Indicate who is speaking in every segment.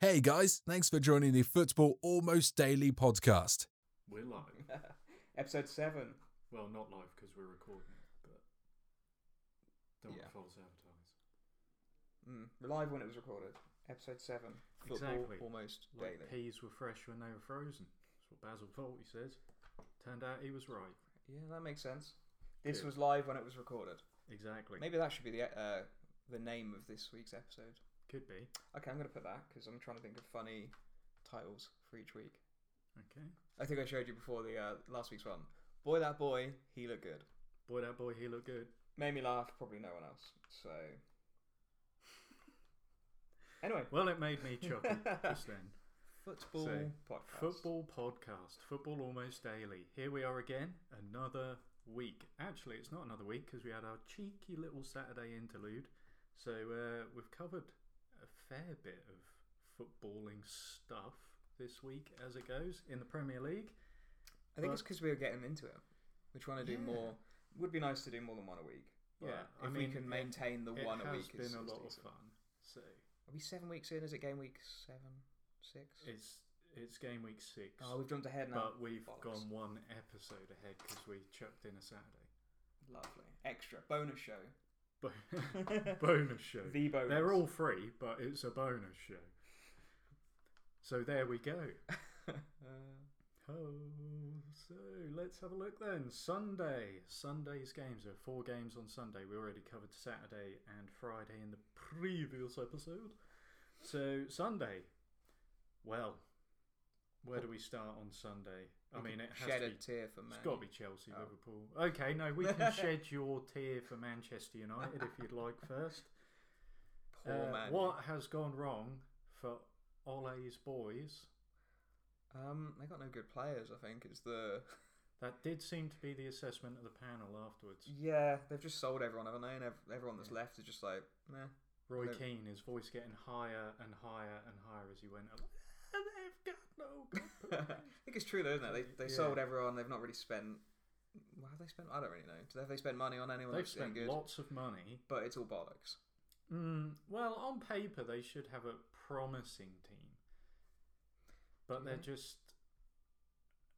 Speaker 1: Hey guys, thanks for joining the Football Almost Daily podcast.
Speaker 2: We're live.
Speaker 3: Episode seven.
Speaker 2: well, not live because we're recording, but don't
Speaker 3: Yeah.
Speaker 2: false advertise.
Speaker 3: Mm. Live when it was recorded. Episode seven. Football
Speaker 2: Exactly.
Speaker 3: almost
Speaker 2: Like
Speaker 3: daily.
Speaker 2: peas were fresh when they were frozen. That's what Basil Fawlty says. Turned out he was right.
Speaker 3: Yeah, that makes sense. This
Speaker 2: Good.
Speaker 3: was live when it was recorded.
Speaker 2: Exactly.
Speaker 3: Maybe that should be the uh, the name of this week's episode.
Speaker 2: Could be.
Speaker 3: Okay, I'm gonna put that because I'm trying to think of funny titles for each week.
Speaker 2: Okay.
Speaker 3: I think I showed you before the uh, last week's one. Boy, that boy, he looked good.
Speaker 2: Boy, that boy, he looked good.
Speaker 3: Made me laugh. Probably no one else. So. Anyway,
Speaker 2: Well, it made me chuckle just then.
Speaker 3: football
Speaker 2: So,
Speaker 3: podcast.
Speaker 2: Football podcast, football almost daily. Here we are again, another week. Actually, it's not another week because we had our cheeky little Saturday interlude. So uh, we've covered a fair bit of footballing stuff this week as it goes in the Premier League.
Speaker 3: I think
Speaker 2: But-
Speaker 3: it's because we were getting into it. We're trying to do
Speaker 2: Yeah.
Speaker 3: more. Would be nice to do more than one a week. But
Speaker 2: Yeah,
Speaker 3: if
Speaker 2: I mean,
Speaker 3: we can
Speaker 2: it-
Speaker 3: maintain the
Speaker 2: it
Speaker 3: one a
Speaker 2: has
Speaker 3: week,
Speaker 2: been
Speaker 3: it's,
Speaker 2: a
Speaker 3: it's
Speaker 2: lot of
Speaker 3: decent.
Speaker 2: fun. So
Speaker 3: Are we seven weeks in? Is it game week seven, six?
Speaker 2: it's it's game week six,
Speaker 3: Oh, we've jumped ahead now.
Speaker 2: but we've
Speaker 3: Bollocks.
Speaker 2: gone one episode ahead because we chucked in a Saturday.
Speaker 3: Lovely, extra bonus show.
Speaker 2: Bo- bonus show.
Speaker 3: The bonus.
Speaker 2: They're all free, but it's a bonus show. So there we go.
Speaker 3: Uh,
Speaker 2: Oh, so let's have a look then. Sunday. Sunday's games. There are four games on Sunday. We already covered Saturday and Friday in the previous episode. So Sunday. Well, where do we start on Sunday? I mean, it has
Speaker 3: shed
Speaker 2: to
Speaker 3: a
Speaker 2: be
Speaker 3: tear for Oh. me.
Speaker 2: it's got to be Chelsea, Liverpool. Okay, no, we can shed your tear for Manchester United if you'd like first.
Speaker 3: Poor
Speaker 2: Uh,
Speaker 3: man.
Speaker 2: What has gone wrong for Ole's boys?
Speaker 3: Um, they got no good players. I think is the
Speaker 2: That did seem to be the assessment of the panel afterwards.
Speaker 3: yeah. They've just sold everyone, haven't they? And ev- everyone that's left is just like, nah.
Speaker 2: Roy
Speaker 3: No.
Speaker 2: Keane, his voice getting higher and higher and higher as he went up. They've got no good
Speaker 3: I think it's true though, isn't it? They, they
Speaker 2: Yeah.
Speaker 3: sold everyone. They've not really spent. Well, have they spent? I don't really know. Have they spent money on anyone
Speaker 2: They've
Speaker 3: that's been
Speaker 2: spent
Speaker 3: good?
Speaker 2: lots of money.
Speaker 3: But it's all bollocks.
Speaker 2: Mm, well, on paper, they should have a promising team. But they're just.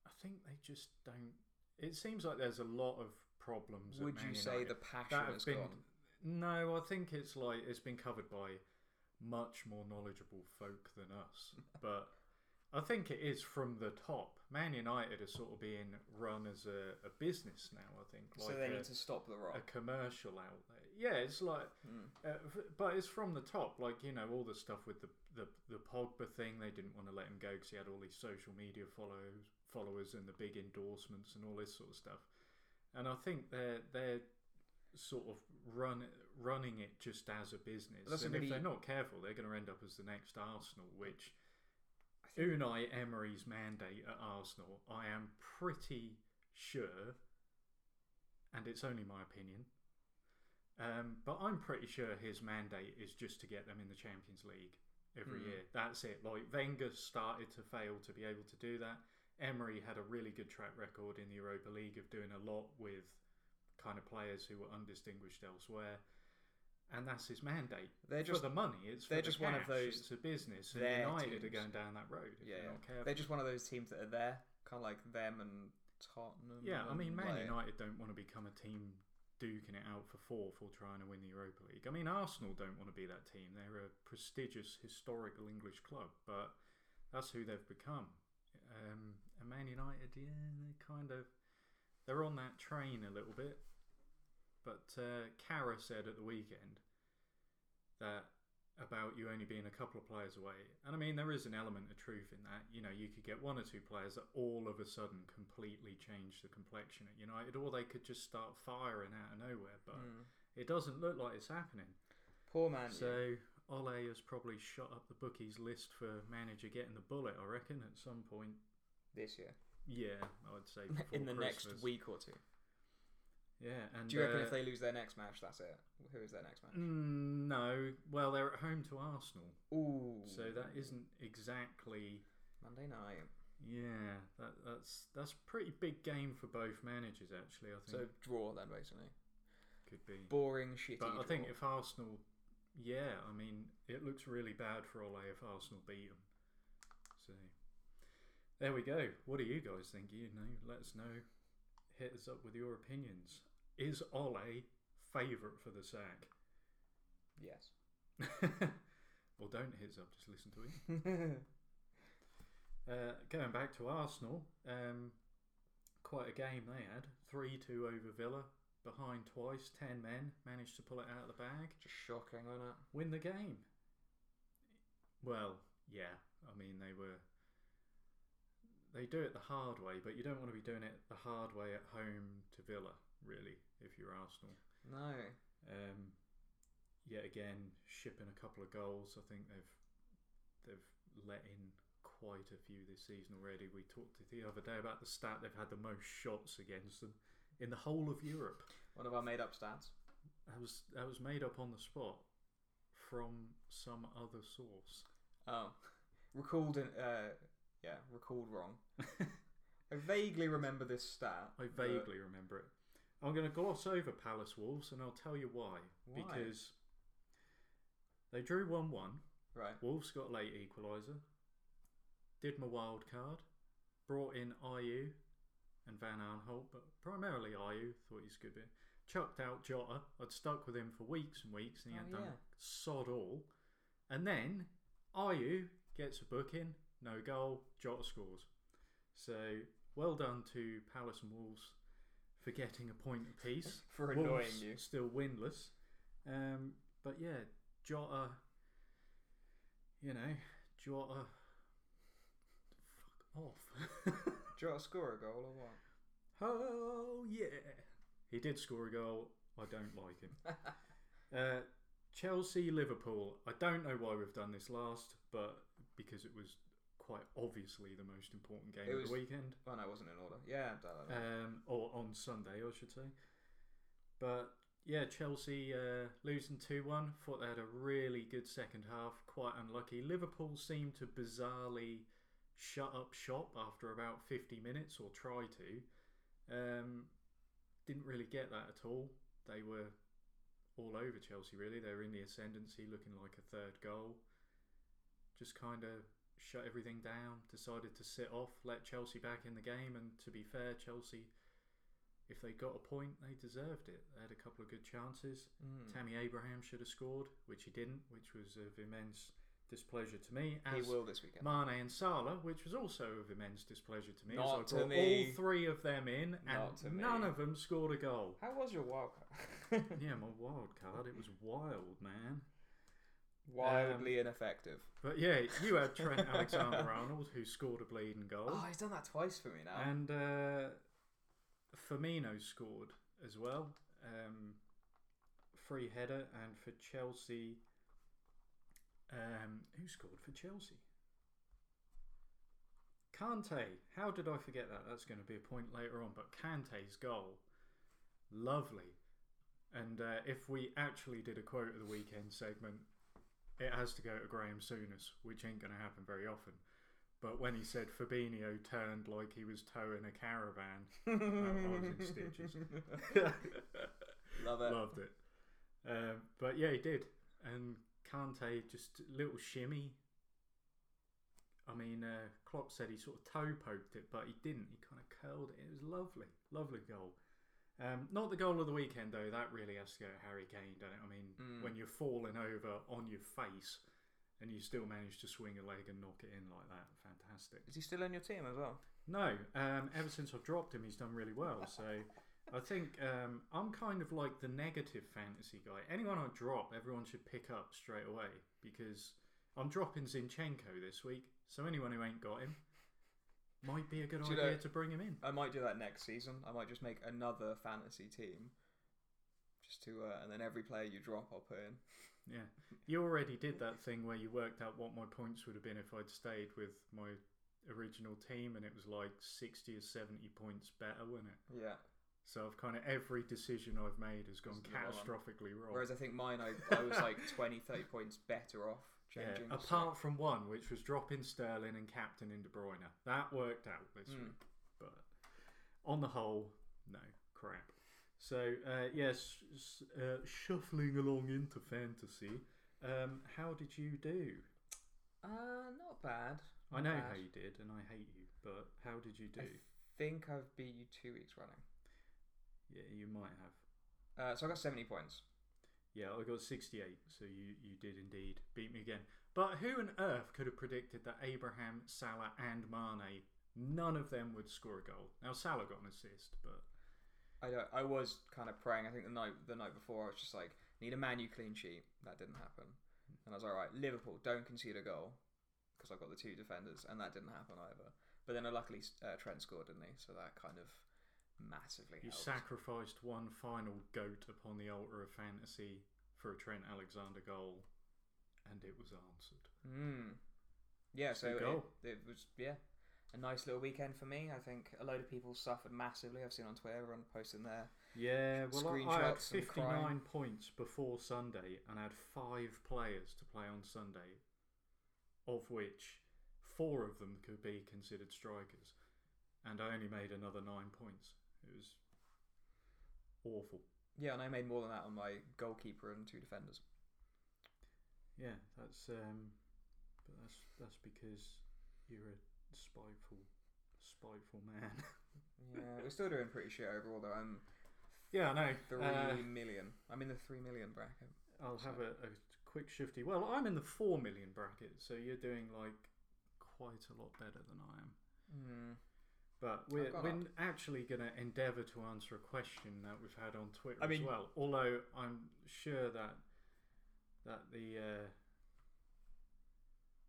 Speaker 2: I think they just don't. It seems like there's a lot of problems. at
Speaker 3: Would
Speaker 2: Man
Speaker 3: you say
Speaker 2: United
Speaker 3: the passion
Speaker 2: that have
Speaker 3: is
Speaker 2: been-
Speaker 3: gone?
Speaker 2: No, I think it's like it's been covered by much more knowledgeable folk than us. but I think it is from the top. Man United are sort of being run as a, a business now. I think.
Speaker 3: so they
Speaker 2: a-
Speaker 3: need to stop the
Speaker 2: a
Speaker 3: rot.
Speaker 2: commercial outlet. Yeah, it's like,
Speaker 3: Hmm.
Speaker 2: uh, f- but it's from the top. Like you know, all the stuff with the the, the Pogba thing. They didn't want to let him go because he had all these social media follows followers and the big endorsements and all this sort of stuff. And I think they're they're sort of run running it just as a business.
Speaker 3: That's a
Speaker 2: and
Speaker 3: really-
Speaker 2: if they're not careful, they're going to end up as the next Arsenal, which. Unai Emery's mandate at Arsenal, I am pretty sure and it's only my opinion. Um, but I'm pretty sure his mandate is just to get them in the Champions League every
Speaker 3: Hmm.
Speaker 2: year. That's it. Like Wenger started to fail to be able to do that. Emery had a really good track record in the Europa League of doing a lot with kind of players who were undistinguished elsewhere. And that's his mandate.
Speaker 3: They're
Speaker 2: For
Speaker 3: just-
Speaker 2: the money. It's for
Speaker 3: they're
Speaker 2: the
Speaker 3: just one of
Speaker 2: cash,
Speaker 3: those-
Speaker 2: It's a business. And
Speaker 3: their
Speaker 2: United are
Speaker 3: teams.
Speaker 2: going down that road. If
Speaker 3: Yeah,
Speaker 2: they're not
Speaker 3: yeah.
Speaker 2: careful.
Speaker 3: they're just one of those teams that are there, kind of like them and Tottenham.
Speaker 2: Yeah, I mean,
Speaker 3: and,
Speaker 2: Man
Speaker 3: like-
Speaker 2: United don't want to become a team duking it out for fourth or trying to win the Europa League. I mean, Arsenal don't want to be that team. They're a prestigious, historical English club, but that's who they've become. Um, and Man United, yeah, they're kind of they're on that train a little bit. But uh, Cara said at the weekend that about you only being a couple of players away. And I mean, there is an element of truth in that. You know, you could get one or two players that all of a sudden completely change the complexion at United, or they could just start firing out of nowhere. But
Speaker 3: Hmm.
Speaker 2: it doesn't look like it's happening.
Speaker 3: Poor man. So,
Speaker 2: So Ole has probably shot up the bookies list for manager getting the bullet. I reckon at some point.
Speaker 3: this year,
Speaker 2: Yeah, I'd say before
Speaker 3: in the next
Speaker 2: Christmas.
Speaker 3: week or two.
Speaker 2: Yeah, and
Speaker 3: Do you reckon
Speaker 2: uh,
Speaker 3: if they lose their next match, that's it? Who is their next match?
Speaker 2: Mm, no, well they're at home to Arsenal,
Speaker 3: Ooh,
Speaker 2: so that isn't exactly
Speaker 3: Monday night.
Speaker 2: Yeah, that, that's that's a pretty big game for both managers. Actually, I think
Speaker 3: So draw then, basically.
Speaker 2: could be.
Speaker 3: Boring, shitty.
Speaker 2: But I think
Speaker 3: draw.
Speaker 2: if Arsenal yeah, I mean, it looks really bad for Ole if Arsenal beat them. So there we go. What do you guys think? You know, let us know. Hit us up with your opinions. Is Ole favourite for the sack?
Speaker 3: Yes.
Speaker 2: well, don't hit us up. Just listen to it. Uh, going back to Arsenal, um, quite a game they had. 3 2 over Villa, behind twice, 10 men, managed to pull it out of the bag,
Speaker 3: Just shocking, wasn't it?
Speaker 2: win the game. Well, yeah, I mean, they were. They do it the hard way, but you don't want to be doing it the hard way at home to Villa, really, if you're Arsenal.
Speaker 3: No.
Speaker 2: Um, yet again, shipping a couple of goals. I think they've they've let in quite a few this season already. We talked the other day about the stat they've had the most shots against them in the whole of Europe.
Speaker 3: One of our made up stats.
Speaker 2: That was that was made up on the spot from some other source.
Speaker 3: Oh. Recalled in, uh, yeah, recalled wrong. I vaguely remember this stat.
Speaker 2: I
Speaker 3: but-
Speaker 2: vaguely remember it. I'm going to gloss over Palace Wolves, and I'll tell you why.
Speaker 3: Why?
Speaker 2: Because they drew one-one.
Speaker 3: Right.
Speaker 2: Wolves got late equaliser. Did my wild card. Brought in IU and Van Aanholt, but primarily IU. Thought he's a good bit. Chucked out Jota. I'd stuck with him for weeks and weeks, and he
Speaker 3: Oh,
Speaker 2: had done
Speaker 3: yeah.
Speaker 2: sod all. And then IU gets a booking, no goal. Jota scores. So well done to Palace and Wolves for getting a point apiece
Speaker 3: For annoying
Speaker 2: Wolves
Speaker 3: you.
Speaker 2: Still winless. Um, but yeah, Jota. You know, Jota. Fuck off.
Speaker 3: Do you want to score a goal or what?
Speaker 2: oh yeah, he did score a goal. I don't like him. Uh, Chelsea, Liverpool. I don't know why we've done this last, but because it was quite obviously the most important game
Speaker 3: It
Speaker 2: of
Speaker 3: was-
Speaker 2: the weekend.
Speaker 3: Oh, no, it wasn't in order. Yeah, da, da, da.
Speaker 2: um, or on Sunday, I should say. But yeah, Chelsea uh, losing 2 1. Thought they had a really good second half, quite unlucky. Liverpool seemed to bizarrely shut up shop after about 50 minutes, or try to. Um, didn't really get that at all. They were all over Chelsea, really. They were in the ascendancy, looking like a third goal. Just kind of shut everything down, decided to sit off, let Chelsea back in the game. And to be fair, Chelsea, if they got a point, they deserved it. They had a couple of good chances.
Speaker 3: Mm.
Speaker 2: Tammy Abraham should have scored, which he didn't, which was of immense displeasure to me.
Speaker 3: he
Speaker 2: Uh, As
Speaker 3: will this weekend.
Speaker 2: Mane and Salah, which was also of immense displeasure to me. as
Speaker 3: Not to
Speaker 2: I brought
Speaker 3: me.
Speaker 2: all three of them in,
Speaker 3: Not to
Speaker 2: and
Speaker 3: me.
Speaker 2: none of them scored a goal.
Speaker 3: How was your wild card?
Speaker 2: yeah, my wild card. It was wild, man.
Speaker 3: Wildly
Speaker 2: um,
Speaker 3: ineffective.
Speaker 2: But yeah, you had Trent Alexander-Arnold, who scored a bleeding goal.
Speaker 3: Oh, he's done that twice for me now.
Speaker 2: And uh, Firmino scored as well. Um, free header. And for Chelsea, um, who scored for Chelsea? Kante. How did I forget that? That's going to be a point later on. But Kante's goal. Lovely. And uh, if we actually did a quote of the weekend segment, it has to go to Graham Souness, which ain't going to happen very often. But when he said Fabinho turned like he was towing a caravan, I was in stitches.
Speaker 3: Love it.
Speaker 2: Loved it. Um, but yeah, he did. And Kante, just a little shimmy. I mean, uh, Klopp said he sort of toe poked it, but he didn't. He kind of curled it. It was lovely. Lovely goal. Um, not the goal of the weekend, though. That really has to go to Harry Kane, doesn't it? I mean,
Speaker 3: Mm.
Speaker 2: when you're falling over on your face and you still manage to swing a leg and knock it in like that, fantastic.
Speaker 3: Is he still on your team as well?
Speaker 2: No, um, ever since I've dropped him, he's done really well. So I think um, I'm kind of like the negative fantasy guy. Anyone I drop, everyone should pick up straight away because I'm dropping Zinchenko this week. So anyone who ain't got him might be a good
Speaker 3: Do you
Speaker 2: idea
Speaker 3: know-
Speaker 2: to bring him in.
Speaker 3: I might do that next season. I might just make another fantasy team, just to, uh, and then every player you drop, I'll put in.
Speaker 2: Yeah, you already did that thing where you worked out what my points would have been if I'd stayed with my original team, and it was like 60 or 70 points better, wasn't it?
Speaker 3: Yeah.
Speaker 2: So I've kind of every decision I've made has gone
Speaker 3: Just the wrong one.
Speaker 2: catastrophically wrong.
Speaker 3: Whereas I think mine, I, I was like 20, 30 points better off changing.
Speaker 2: Yeah,
Speaker 3: so-
Speaker 2: apart from one, which was dropping Sterling and captain in De Bruyne. That worked out this
Speaker 3: Mm.
Speaker 2: week. But on the whole, no, crap. So, uh, yes, s- uh, shuffling along into fantasy, Um, how did you do?
Speaker 3: Uh, not bad.
Speaker 2: I
Speaker 3: not
Speaker 2: know
Speaker 3: bad.
Speaker 2: how you did, and I hate you, but how did you do?
Speaker 3: I think I've beat you two weeks running.
Speaker 2: Yeah, you might have.
Speaker 3: Uh, so I got 70 points.
Speaker 2: Yeah, I got 68, so you, you did indeed beat me again. But who on earth could have predicted that Abraham, Salah, and Mane, none of them would score a goal? Now, Salah got an assist, but
Speaker 3: I don't, I was kind of praying. I think the night the night before, I was just like, need a Man U clean sheet. That didn't happen. And I was all right. Liverpool don't concede a goal because I've got the two defenders, and that didn't happen either. But then, uh, luckily, uh, Trent scored, didn't he? So that kind of massively
Speaker 2: you
Speaker 3: helped.
Speaker 2: sacrificed one final goat upon the altar of fantasy for a Trent Alexander goal, and it was answered.
Speaker 3: Mm. Yeah,
Speaker 2: It's a
Speaker 3: so
Speaker 2: good
Speaker 3: it,
Speaker 2: goal.
Speaker 3: it was yeah, a nice little weekend for me. I think a load of people suffered massively. I've seen on Twitter everyone posting their
Speaker 2: Yeah, well, I- I had
Speaker 3: Screenshots and
Speaker 2: 59
Speaker 3: crying.
Speaker 2: points before Sunday and had five players to play on Sunday, of which four of them could be considered strikers. And I only made another nine points. It was awful.
Speaker 3: yeah, and I made more than that on my goalkeeper and two defenders.
Speaker 2: Yeah, that's um, but that's that's because you're a spiteful, spiteful man.
Speaker 3: Yeah, we're still doing pretty shit overall though. I'm
Speaker 2: yeah, I know.
Speaker 3: three
Speaker 2: Uh,
Speaker 3: million. I'm in the three million bracket.
Speaker 2: I'll have a, a quick shifty. Well, I'm in the four million bracket, so you're doing like quite a lot better than I am. hmm.
Speaker 3: Mm.
Speaker 2: But we're,
Speaker 3: gone
Speaker 2: we're actually going to endeavour to answer a question that we've had on Twitter
Speaker 3: I
Speaker 2: as
Speaker 3: mean-
Speaker 2: well. Although I'm sure that that the uh,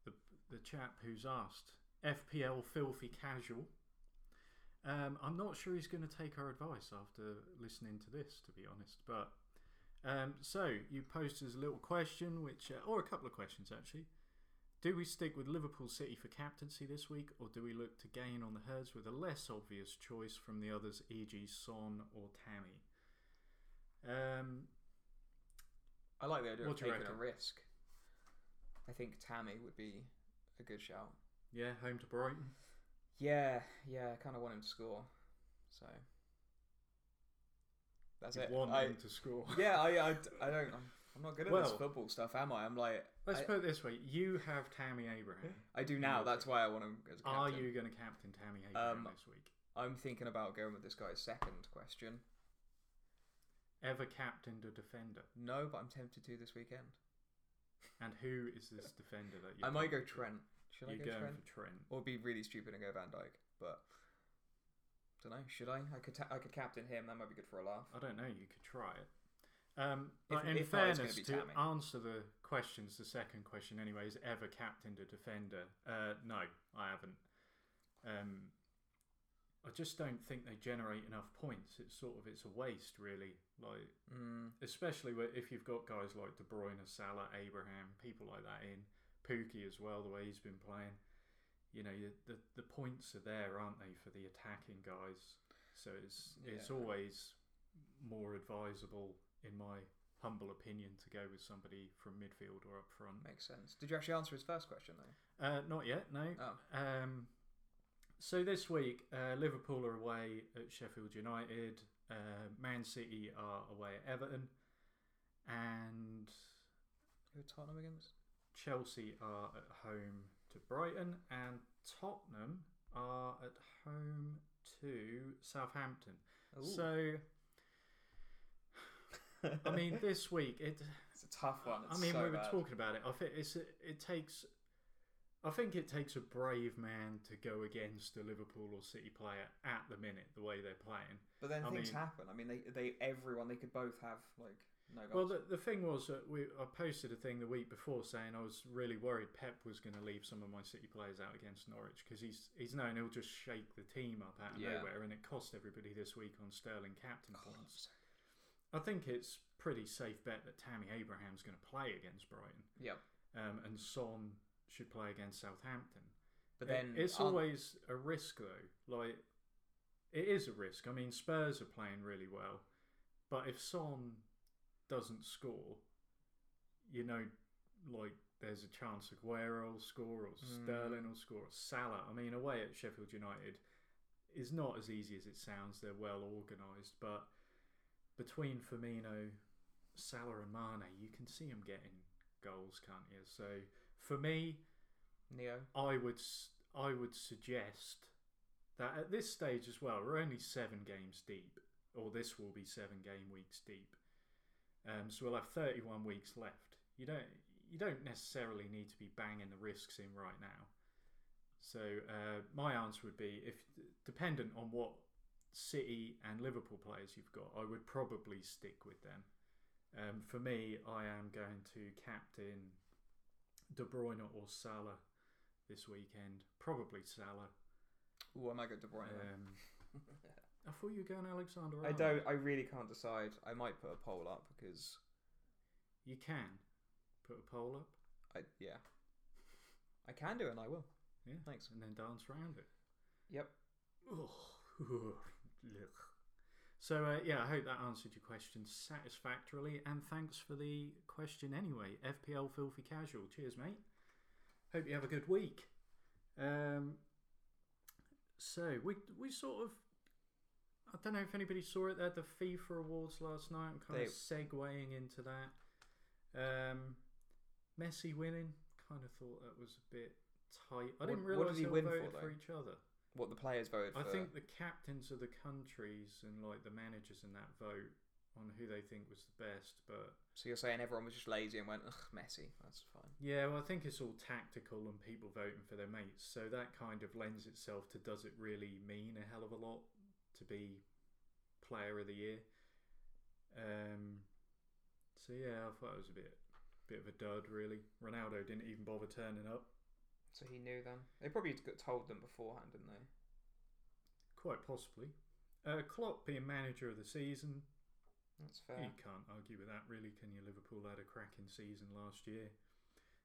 Speaker 2: the the chap who's asked FPL filthy casual. Um, I'm not sure he's going to take our advice after listening to this, to be honest. But um, so you posted us a little question, which uh, or a couple of questions actually. Do we stick with Liverpool City for captaincy this week, or do we look to gain on the herds with a less obvious choice from the others, e.g., Son or Tammy? Um,
Speaker 3: I like the idea
Speaker 2: What
Speaker 3: of
Speaker 2: do you
Speaker 3: taking a
Speaker 2: reckon?
Speaker 3: risk. I think Tammy would be a good shout.
Speaker 2: yeah, home to Brighton.
Speaker 3: Yeah, yeah, I kind of want him to score. So that's
Speaker 2: You
Speaker 3: it.
Speaker 2: want
Speaker 3: I-
Speaker 2: him to score.
Speaker 3: yeah, I, I, I don't. I'm, I'm not good at this
Speaker 2: Well-
Speaker 3: football stuff, am I? I'm like,
Speaker 2: Let's
Speaker 3: I,
Speaker 2: put it this way: you have Tammy Abraham.
Speaker 3: I do now. That's why I want him as a
Speaker 2: Are
Speaker 3: captain.
Speaker 2: you going to captain Tammy Abraham
Speaker 3: Um,
Speaker 2: this week?
Speaker 3: I'm thinking about going with this guy's second question.
Speaker 2: Ever captained a defender,
Speaker 3: No, but I'm tempted to this weekend.
Speaker 2: and who is this defender that you?
Speaker 3: I might go Trent. Should I
Speaker 2: You're
Speaker 3: go
Speaker 2: going
Speaker 3: Trent?
Speaker 2: for Trent.
Speaker 3: Or be really stupid and go Van Dyke? But don't know. Should I? I could. Ta- I could captain him. That might be good for a laugh.
Speaker 2: I don't know. You could try it. Um,
Speaker 3: If-
Speaker 2: but in
Speaker 3: if not, it's gonna
Speaker 2: fairness,
Speaker 3: be
Speaker 2: to
Speaker 3: Tammy.
Speaker 2: answer the questions, the second question anyway is ever captained a defender? Uh, no, I haven't. Um, I just don't think they generate enough points. It's sort of it's a waste, really. Like
Speaker 3: Mm,
Speaker 2: especially where- if you've got guys like De Bruyne, Salah, Abraham, people like that in Pookie as well. The way he's been playing, you know, you- the the points are there, aren't they, for the attacking guys? So it's it's
Speaker 3: Yeah.
Speaker 2: always more advisable, in my humble opinion, to go with somebody from midfield or up front.
Speaker 3: makes sense. Did you actually answer his first question though?
Speaker 2: Uh, not yet, no.
Speaker 3: Oh,
Speaker 2: Um, so this week, uh, Liverpool are away at Sheffield United. Uh, Man City are away at Everton, and
Speaker 3: who are Tottenham against?
Speaker 2: Chelsea are at home to Brighton, and Tottenham are at home to Southampton.
Speaker 3: Ooh.
Speaker 2: So, I mean, this week it.
Speaker 3: it's a tough one. It's
Speaker 2: I mean,
Speaker 3: so
Speaker 2: we were
Speaker 3: bad.
Speaker 2: talking about it. I think it's it takes. I think it takes a brave man to go against a Liverpool or City player at the minute, the way they're playing.
Speaker 3: But then
Speaker 2: I mean-
Speaker 3: things happen. I mean, they they everyone they could both have like no goals.
Speaker 2: Well, the, the thing was that we I posted a thing the week before saying I was really worried Pep was going to leave some of my City players out against Norwich because he's he's known he'll just shake the team up out of
Speaker 3: Yeah.
Speaker 2: nowhere, and it cost everybody this week on Sterling captain
Speaker 3: God, I'm
Speaker 2: points.
Speaker 3: so-
Speaker 2: I think it's pretty safe bet that Tammy Abraham's going to play against Brighton,
Speaker 3: Yep.
Speaker 2: um, and Son should play against Southampton. It-
Speaker 3: But then
Speaker 2: it's
Speaker 3: aren't-
Speaker 2: always a risk, though. Like it is a risk. I mean, Spurs are playing really well, but if Son doesn't score, you know, like there's a chance Aguero will score or
Speaker 3: Hmm.
Speaker 2: Sterling will score or Salah. I mean, away at Sheffield United is not as easy as it sounds. They're well organised, but between Firmino, Salah, and Mane, you can see them getting goals, can't you? So for me,
Speaker 3: Neo.
Speaker 2: I would s- I would suggest that at this stage as well, we're only seven games deep, or this will be seven game weeks deep. Um, so we'll have 31 weeks left. You don't you don't necessarily need to be banging the risks in right now. So uh, my answer would be if dependent on what City and Liverpool players you've got, I would probably stick with them. Um, for me, I am going to captain De Bruyne or Salah this weekend. Probably Salah.
Speaker 3: Ooh, I might go De Bruyne. then.
Speaker 2: Um, I thought you were going Alexander.
Speaker 3: I
Speaker 2: Arnold.
Speaker 3: don't. I really can't decide. I might put a poll up because
Speaker 2: You can put a poll up.
Speaker 3: I yeah. I can do it. and I will.
Speaker 2: Yeah.
Speaker 3: Thanks.
Speaker 2: And then dance round it.
Speaker 3: Yep.
Speaker 2: Ugh. so uh, yeah, I hope that answered your question satisfactorily, and thanks for the question anyway. FPL filthy casual. Cheers, mate. Hope you have a good week. Um, so we we sort of. I don't know if anybody saw it. They had the FIFA awards last night. I'm kind
Speaker 3: They-
Speaker 2: of segueing into that. Um, Messi winning. Kind of thought that was a bit tight. I
Speaker 3: What-
Speaker 2: didn't
Speaker 3: what
Speaker 2: realize
Speaker 3: did
Speaker 2: they
Speaker 3: he
Speaker 2: all
Speaker 3: win for,
Speaker 2: voted
Speaker 3: though?
Speaker 2: for each other.
Speaker 3: What the players voted
Speaker 2: I
Speaker 3: for.
Speaker 2: think the captains of the countries and like the managers in that vote on who they think was the best. But
Speaker 3: So you're saying everyone was just lazy and went, ugh, messy. That's fine.
Speaker 2: yeah, well, I think it's all tactical and people voting for their mates. So that kind of lends itself to does it really mean a hell of a lot to be player of the year? Um, so yeah, I thought it was a bit, bit of a dud really. Ronaldo didn't even bother turning up.
Speaker 3: So he knew them. They probably got told them beforehand, didn't they?
Speaker 2: Quite possibly. Uh, Klopp being manager of the season,
Speaker 3: That's fair.
Speaker 2: You can't argue with that, really, can you? Liverpool had a cracking season last year.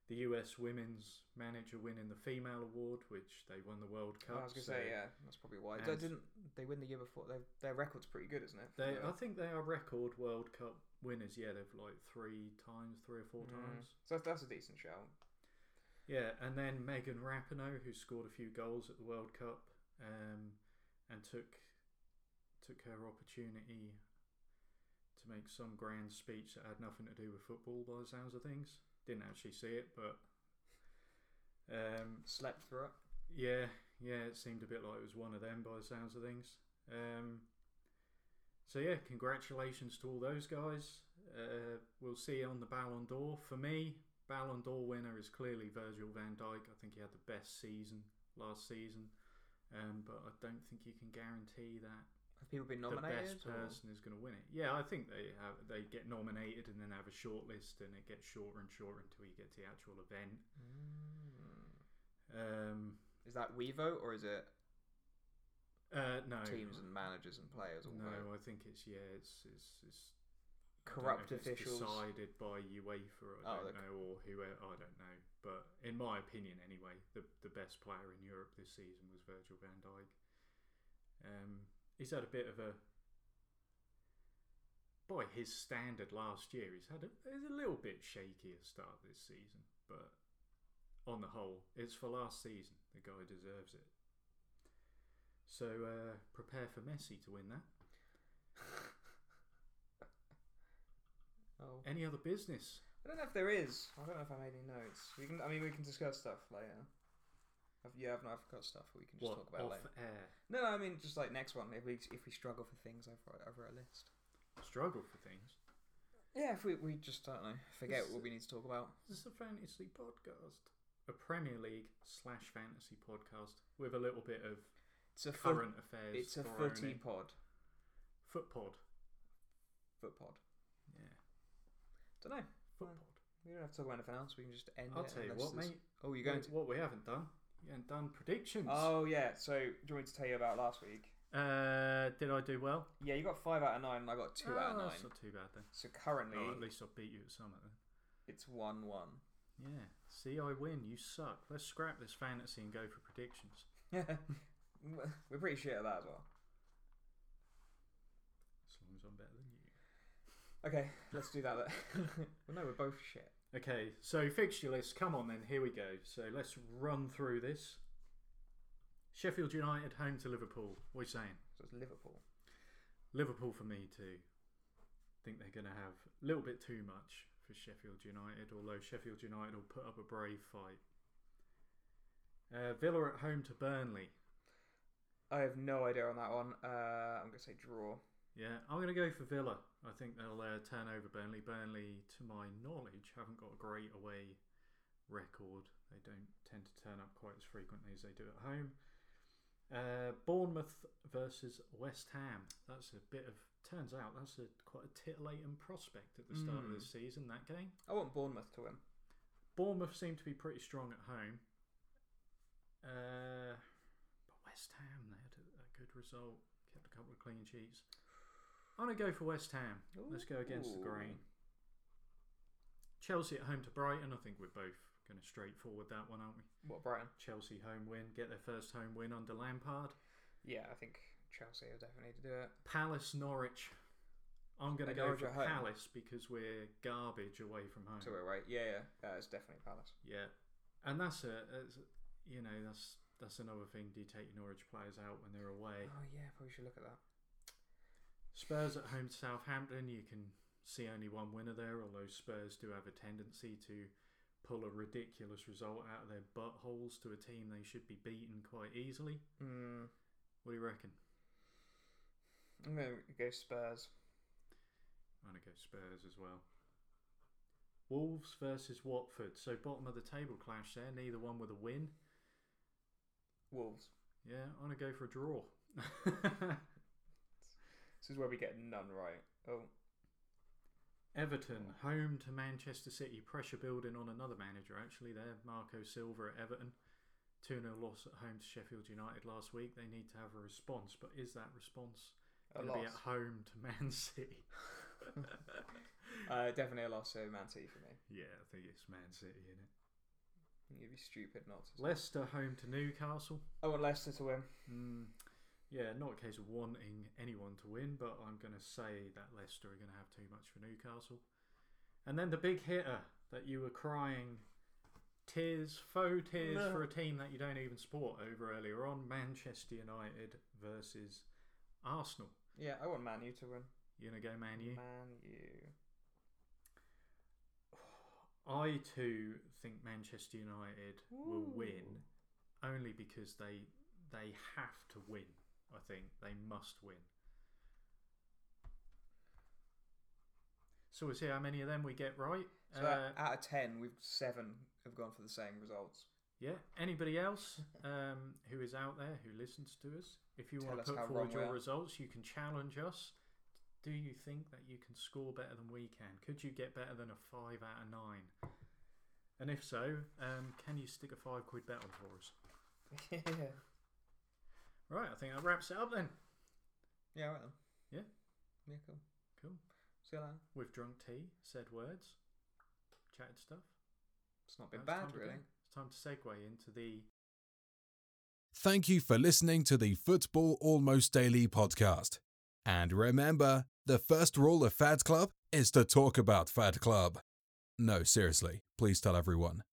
Speaker 2: The US women's manager winning the female award, which they won the World Cup.
Speaker 3: Well, I was gonna
Speaker 2: so
Speaker 3: say yeah, that's probably why.
Speaker 2: And-
Speaker 3: They didn't they win the year before? They, their record's pretty good, isn't it?
Speaker 2: They,
Speaker 3: Yeah.
Speaker 2: I think they are record World Cup winners. Yeah, they've like three times, three or four
Speaker 3: Mm.
Speaker 2: times.
Speaker 3: So that's, that's a decent shout.
Speaker 2: Yeah, and then Megan Rapinoe, who scored a few goals at the World Cup, um, and took took her opportunity to make some grand speech that had nothing to do with football, by the sounds of things. Didn't actually see it, but um,
Speaker 3: Slept through it.
Speaker 2: yeah, yeah, it seemed a bit like it was one of them by the sounds of things. Um, so yeah, congratulations to all those guys. Uh, we'll see you on the Ballon d'Or. For me, Ballon d'Or winner is clearly Virgil van Dijk. I think he had the best season last season, um, but I don't think you can guarantee that
Speaker 3: Have people been
Speaker 2: the
Speaker 3: nominated?
Speaker 2: best
Speaker 3: or-
Speaker 2: person is going to win it. Yeah, I think they have, they get nominated and then have a short list, and it gets shorter and shorter until you get to the actual event.
Speaker 3: Mm.
Speaker 2: Um,
Speaker 3: Is that we vote or is it
Speaker 2: uh, no,
Speaker 3: teams and managers and players all vote?
Speaker 2: No, I think it's yeah, it's it's, it's I don't know
Speaker 3: Corrupt
Speaker 2: if it's
Speaker 3: officials.
Speaker 2: decided by UEFA. I
Speaker 3: Oh,
Speaker 2: don't
Speaker 3: okay.
Speaker 2: know or whoever. I don't know, but in my opinion, anyway, the the best player in Europe this season was Virgil van Dijk. Um, he's had a bit of a by his standard last year. He's had a, it's a little bit shaky a start this season, but on the whole, it's for last season. The guy deserves it. So uh, prepare for Messi to win that.
Speaker 3: Oh.
Speaker 2: Any other business?
Speaker 3: I don't know if there is. I don't know if I made any notes. We can. I mean, we can discuss stuff later. I've, yeah, I've not I've got stuff we can just
Speaker 2: What
Speaker 3: talk about
Speaker 2: off
Speaker 3: later.
Speaker 2: air?
Speaker 3: No, no, I mean just like next one. If we if we struggle for things, I've wrote, I've wrote a list.
Speaker 2: struggle for things.
Speaker 3: Yeah, if we, we just I don't know forget
Speaker 2: This-
Speaker 3: what we need to talk about.
Speaker 2: This is a fantasy podcast, a Premier League slash fantasy podcast with a little bit of
Speaker 3: It's a foot,
Speaker 2: current affairs.
Speaker 3: it's a
Speaker 2: Baroni.
Speaker 3: footy pod.
Speaker 2: foot pod.
Speaker 3: Foot pod.
Speaker 2: Yeah,
Speaker 3: Don't know.
Speaker 2: foot
Speaker 3: Well,
Speaker 2: pod.
Speaker 3: We don't have to talk about anything else. We can just end
Speaker 2: I'll
Speaker 3: it.
Speaker 2: tell you
Speaker 3: unless
Speaker 2: what,
Speaker 3: there's-
Speaker 2: mate.
Speaker 3: Oh, you're going
Speaker 2: what, what we haven't done. You haven't done predictions.
Speaker 3: to. Oh yeah. So do you want me to tell you about last week?
Speaker 2: Uh, did I do well?
Speaker 3: Yeah, you got five out of nine, and I got two
Speaker 2: Oh,
Speaker 3: out of nine.
Speaker 2: That's not too bad then.
Speaker 3: So currently,
Speaker 2: Oh, at least I beat you at some of them.
Speaker 3: it's one one.
Speaker 2: Yeah. See, I win. You suck. Let's scrap this fantasy and go for predictions.
Speaker 3: We're pretty shit at that as well.
Speaker 2: As long as I'm better than you.
Speaker 3: Okay, let's do that. Then. well, no, we're both shit.
Speaker 2: Okay, so fixture list. Come on, then. Here we go. So let's run through this. Sheffield United home to Liverpool. What are you saying?
Speaker 3: So it's Liverpool.
Speaker 2: Liverpool for me too. Think they're going to have a little bit too much for Sheffield United, although Sheffield United will put up a brave fight. Uh, Villa at home to Burnley.
Speaker 3: I have no idea on that one. Uh, I'm gonna say draw.
Speaker 2: Yeah, I'm going to go for Villa. I think they'll uh, turn over Burnley. Burnley, to my knowledge, haven't got a great away record. They don't tend to turn up quite as frequently as they do at home. Uh, Bournemouth versus West Ham. That's a bit of. Turns out that's a quite a titillating prospect at the start
Speaker 3: Mm.
Speaker 2: of the season. That game.
Speaker 3: I want Bournemouth to win.
Speaker 2: Bournemouth seem to be pretty strong at home. Uh, but West Ham, they had a, a good result, kept a couple of clean sheets. I'm going to go for West Ham. Let's go against the
Speaker 3: Ooh.
Speaker 2: grain. Chelsea at home to Brighton. I think we're both going to straightforward that one, aren't we?
Speaker 3: What Brighton?
Speaker 2: Chelsea home win, get their first home win under Lampard.
Speaker 3: Yeah, I think Chelsea will definitely do it.
Speaker 2: Palace Norwich. I'm going to
Speaker 3: And
Speaker 2: go
Speaker 3: Norwich
Speaker 2: for
Speaker 3: at home.
Speaker 2: Palace because we're garbage away from home.
Speaker 3: So we're right. Yeah, yeah. Uh, it's definitely Palace.
Speaker 2: Yeah, and that's a, that's a- you know that's that's another thing. Do you take your Norwich players out when they're away?
Speaker 3: Oh yeah, probably should look at that.
Speaker 2: Spurs at home to Southampton. You can see only one winner there, although Spurs do have a tendency to pull a ridiculous result out of their buttholes to a team they should be beaten quite easily.
Speaker 3: Mm,
Speaker 2: What do you reckon?
Speaker 3: I'm gonna go Spurs.
Speaker 2: I'm gonna go Spurs as well. Wolves versus Watford. So bottom of the table clash there. Neither one with a win.
Speaker 3: Wolves.
Speaker 2: Yeah, I'm gonna go for a draw.
Speaker 3: This is where we get none right. Oh,
Speaker 2: Everton, home to Manchester City, pressure building on another manager actually there, Marco Silva at Everton. 2 0 loss at home to Sheffield United last week. They need to have a response, but is that response going
Speaker 3: a
Speaker 2: to
Speaker 3: loss.
Speaker 2: be at home to Man City?
Speaker 3: Uh, definitely a loss to Man City for me.
Speaker 2: yeah, I think it's Man City, innit?
Speaker 3: You'd be stupid not to.
Speaker 2: Leicester home to Newcastle.
Speaker 3: I want Leicester to win.
Speaker 2: Mm, yeah, not a case of wanting anyone to win, but I'm going to say that Leicester are going to have too much for Newcastle. And then the big hitter that you were crying tears, faux tears
Speaker 3: No.
Speaker 2: for a team that you don't even support over earlier on Manchester United versus Arsenal.
Speaker 3: Yeah, I want Man U to win.
Speaker 2: You going to go Man U?
Speaker 3: Man U.
Speaker 2: I too think Manchester United will win
Speaker 3: Ooh.
Speaker 2: only because they they have to win. I think they must win. So we'll see how many of them we get right.
Speaker 3: So
Speaker 2: uh,
Speaker 3: out- out of ten, we've seven have gone for the same results.
Speaker 2: yeah. Anybody else um, who is out there who listens to us, if you
Speaker 3: Tell
Speaker 2: want
Speaker 3: us
Speaker 2: to
Speaker 3: how
Speaker 2: put
Speaker 3: wrong
Speaker 2: forward
Speaker 3: we
Speaker 2: your
Speaker 3: are.
Speaker 2: results, you can challenge us. Do you think that you can score better than we can? Could you get better than a five out of nine? And if so, um, can you stick a five quid bet on for us?
Speaker 3: yeah.
Speaker 2: Right, I think that wraps it up then.
Speaker 3: Yeah. Right then.
Speaker 2: Yeah.
Speaker 3: Yeah. Cool.
Speaker 2: Cool.
Speaker 3: See you later.
Speaker 2: We've drunk tea, said words, chatted stuff.
Speaker 3: It's not been
Speaker 2: Now it's time
Speaker 3: bad,
Speaker 2: to go.
Speaker 3: really.
Speaker 2: It's time to segue into the
Speaker 1: Thank you for listening to the Football Almost Daily podcast. And remember, the first rule of Fad Club is to talk about Fad Club. No, seriously, please tell everyone.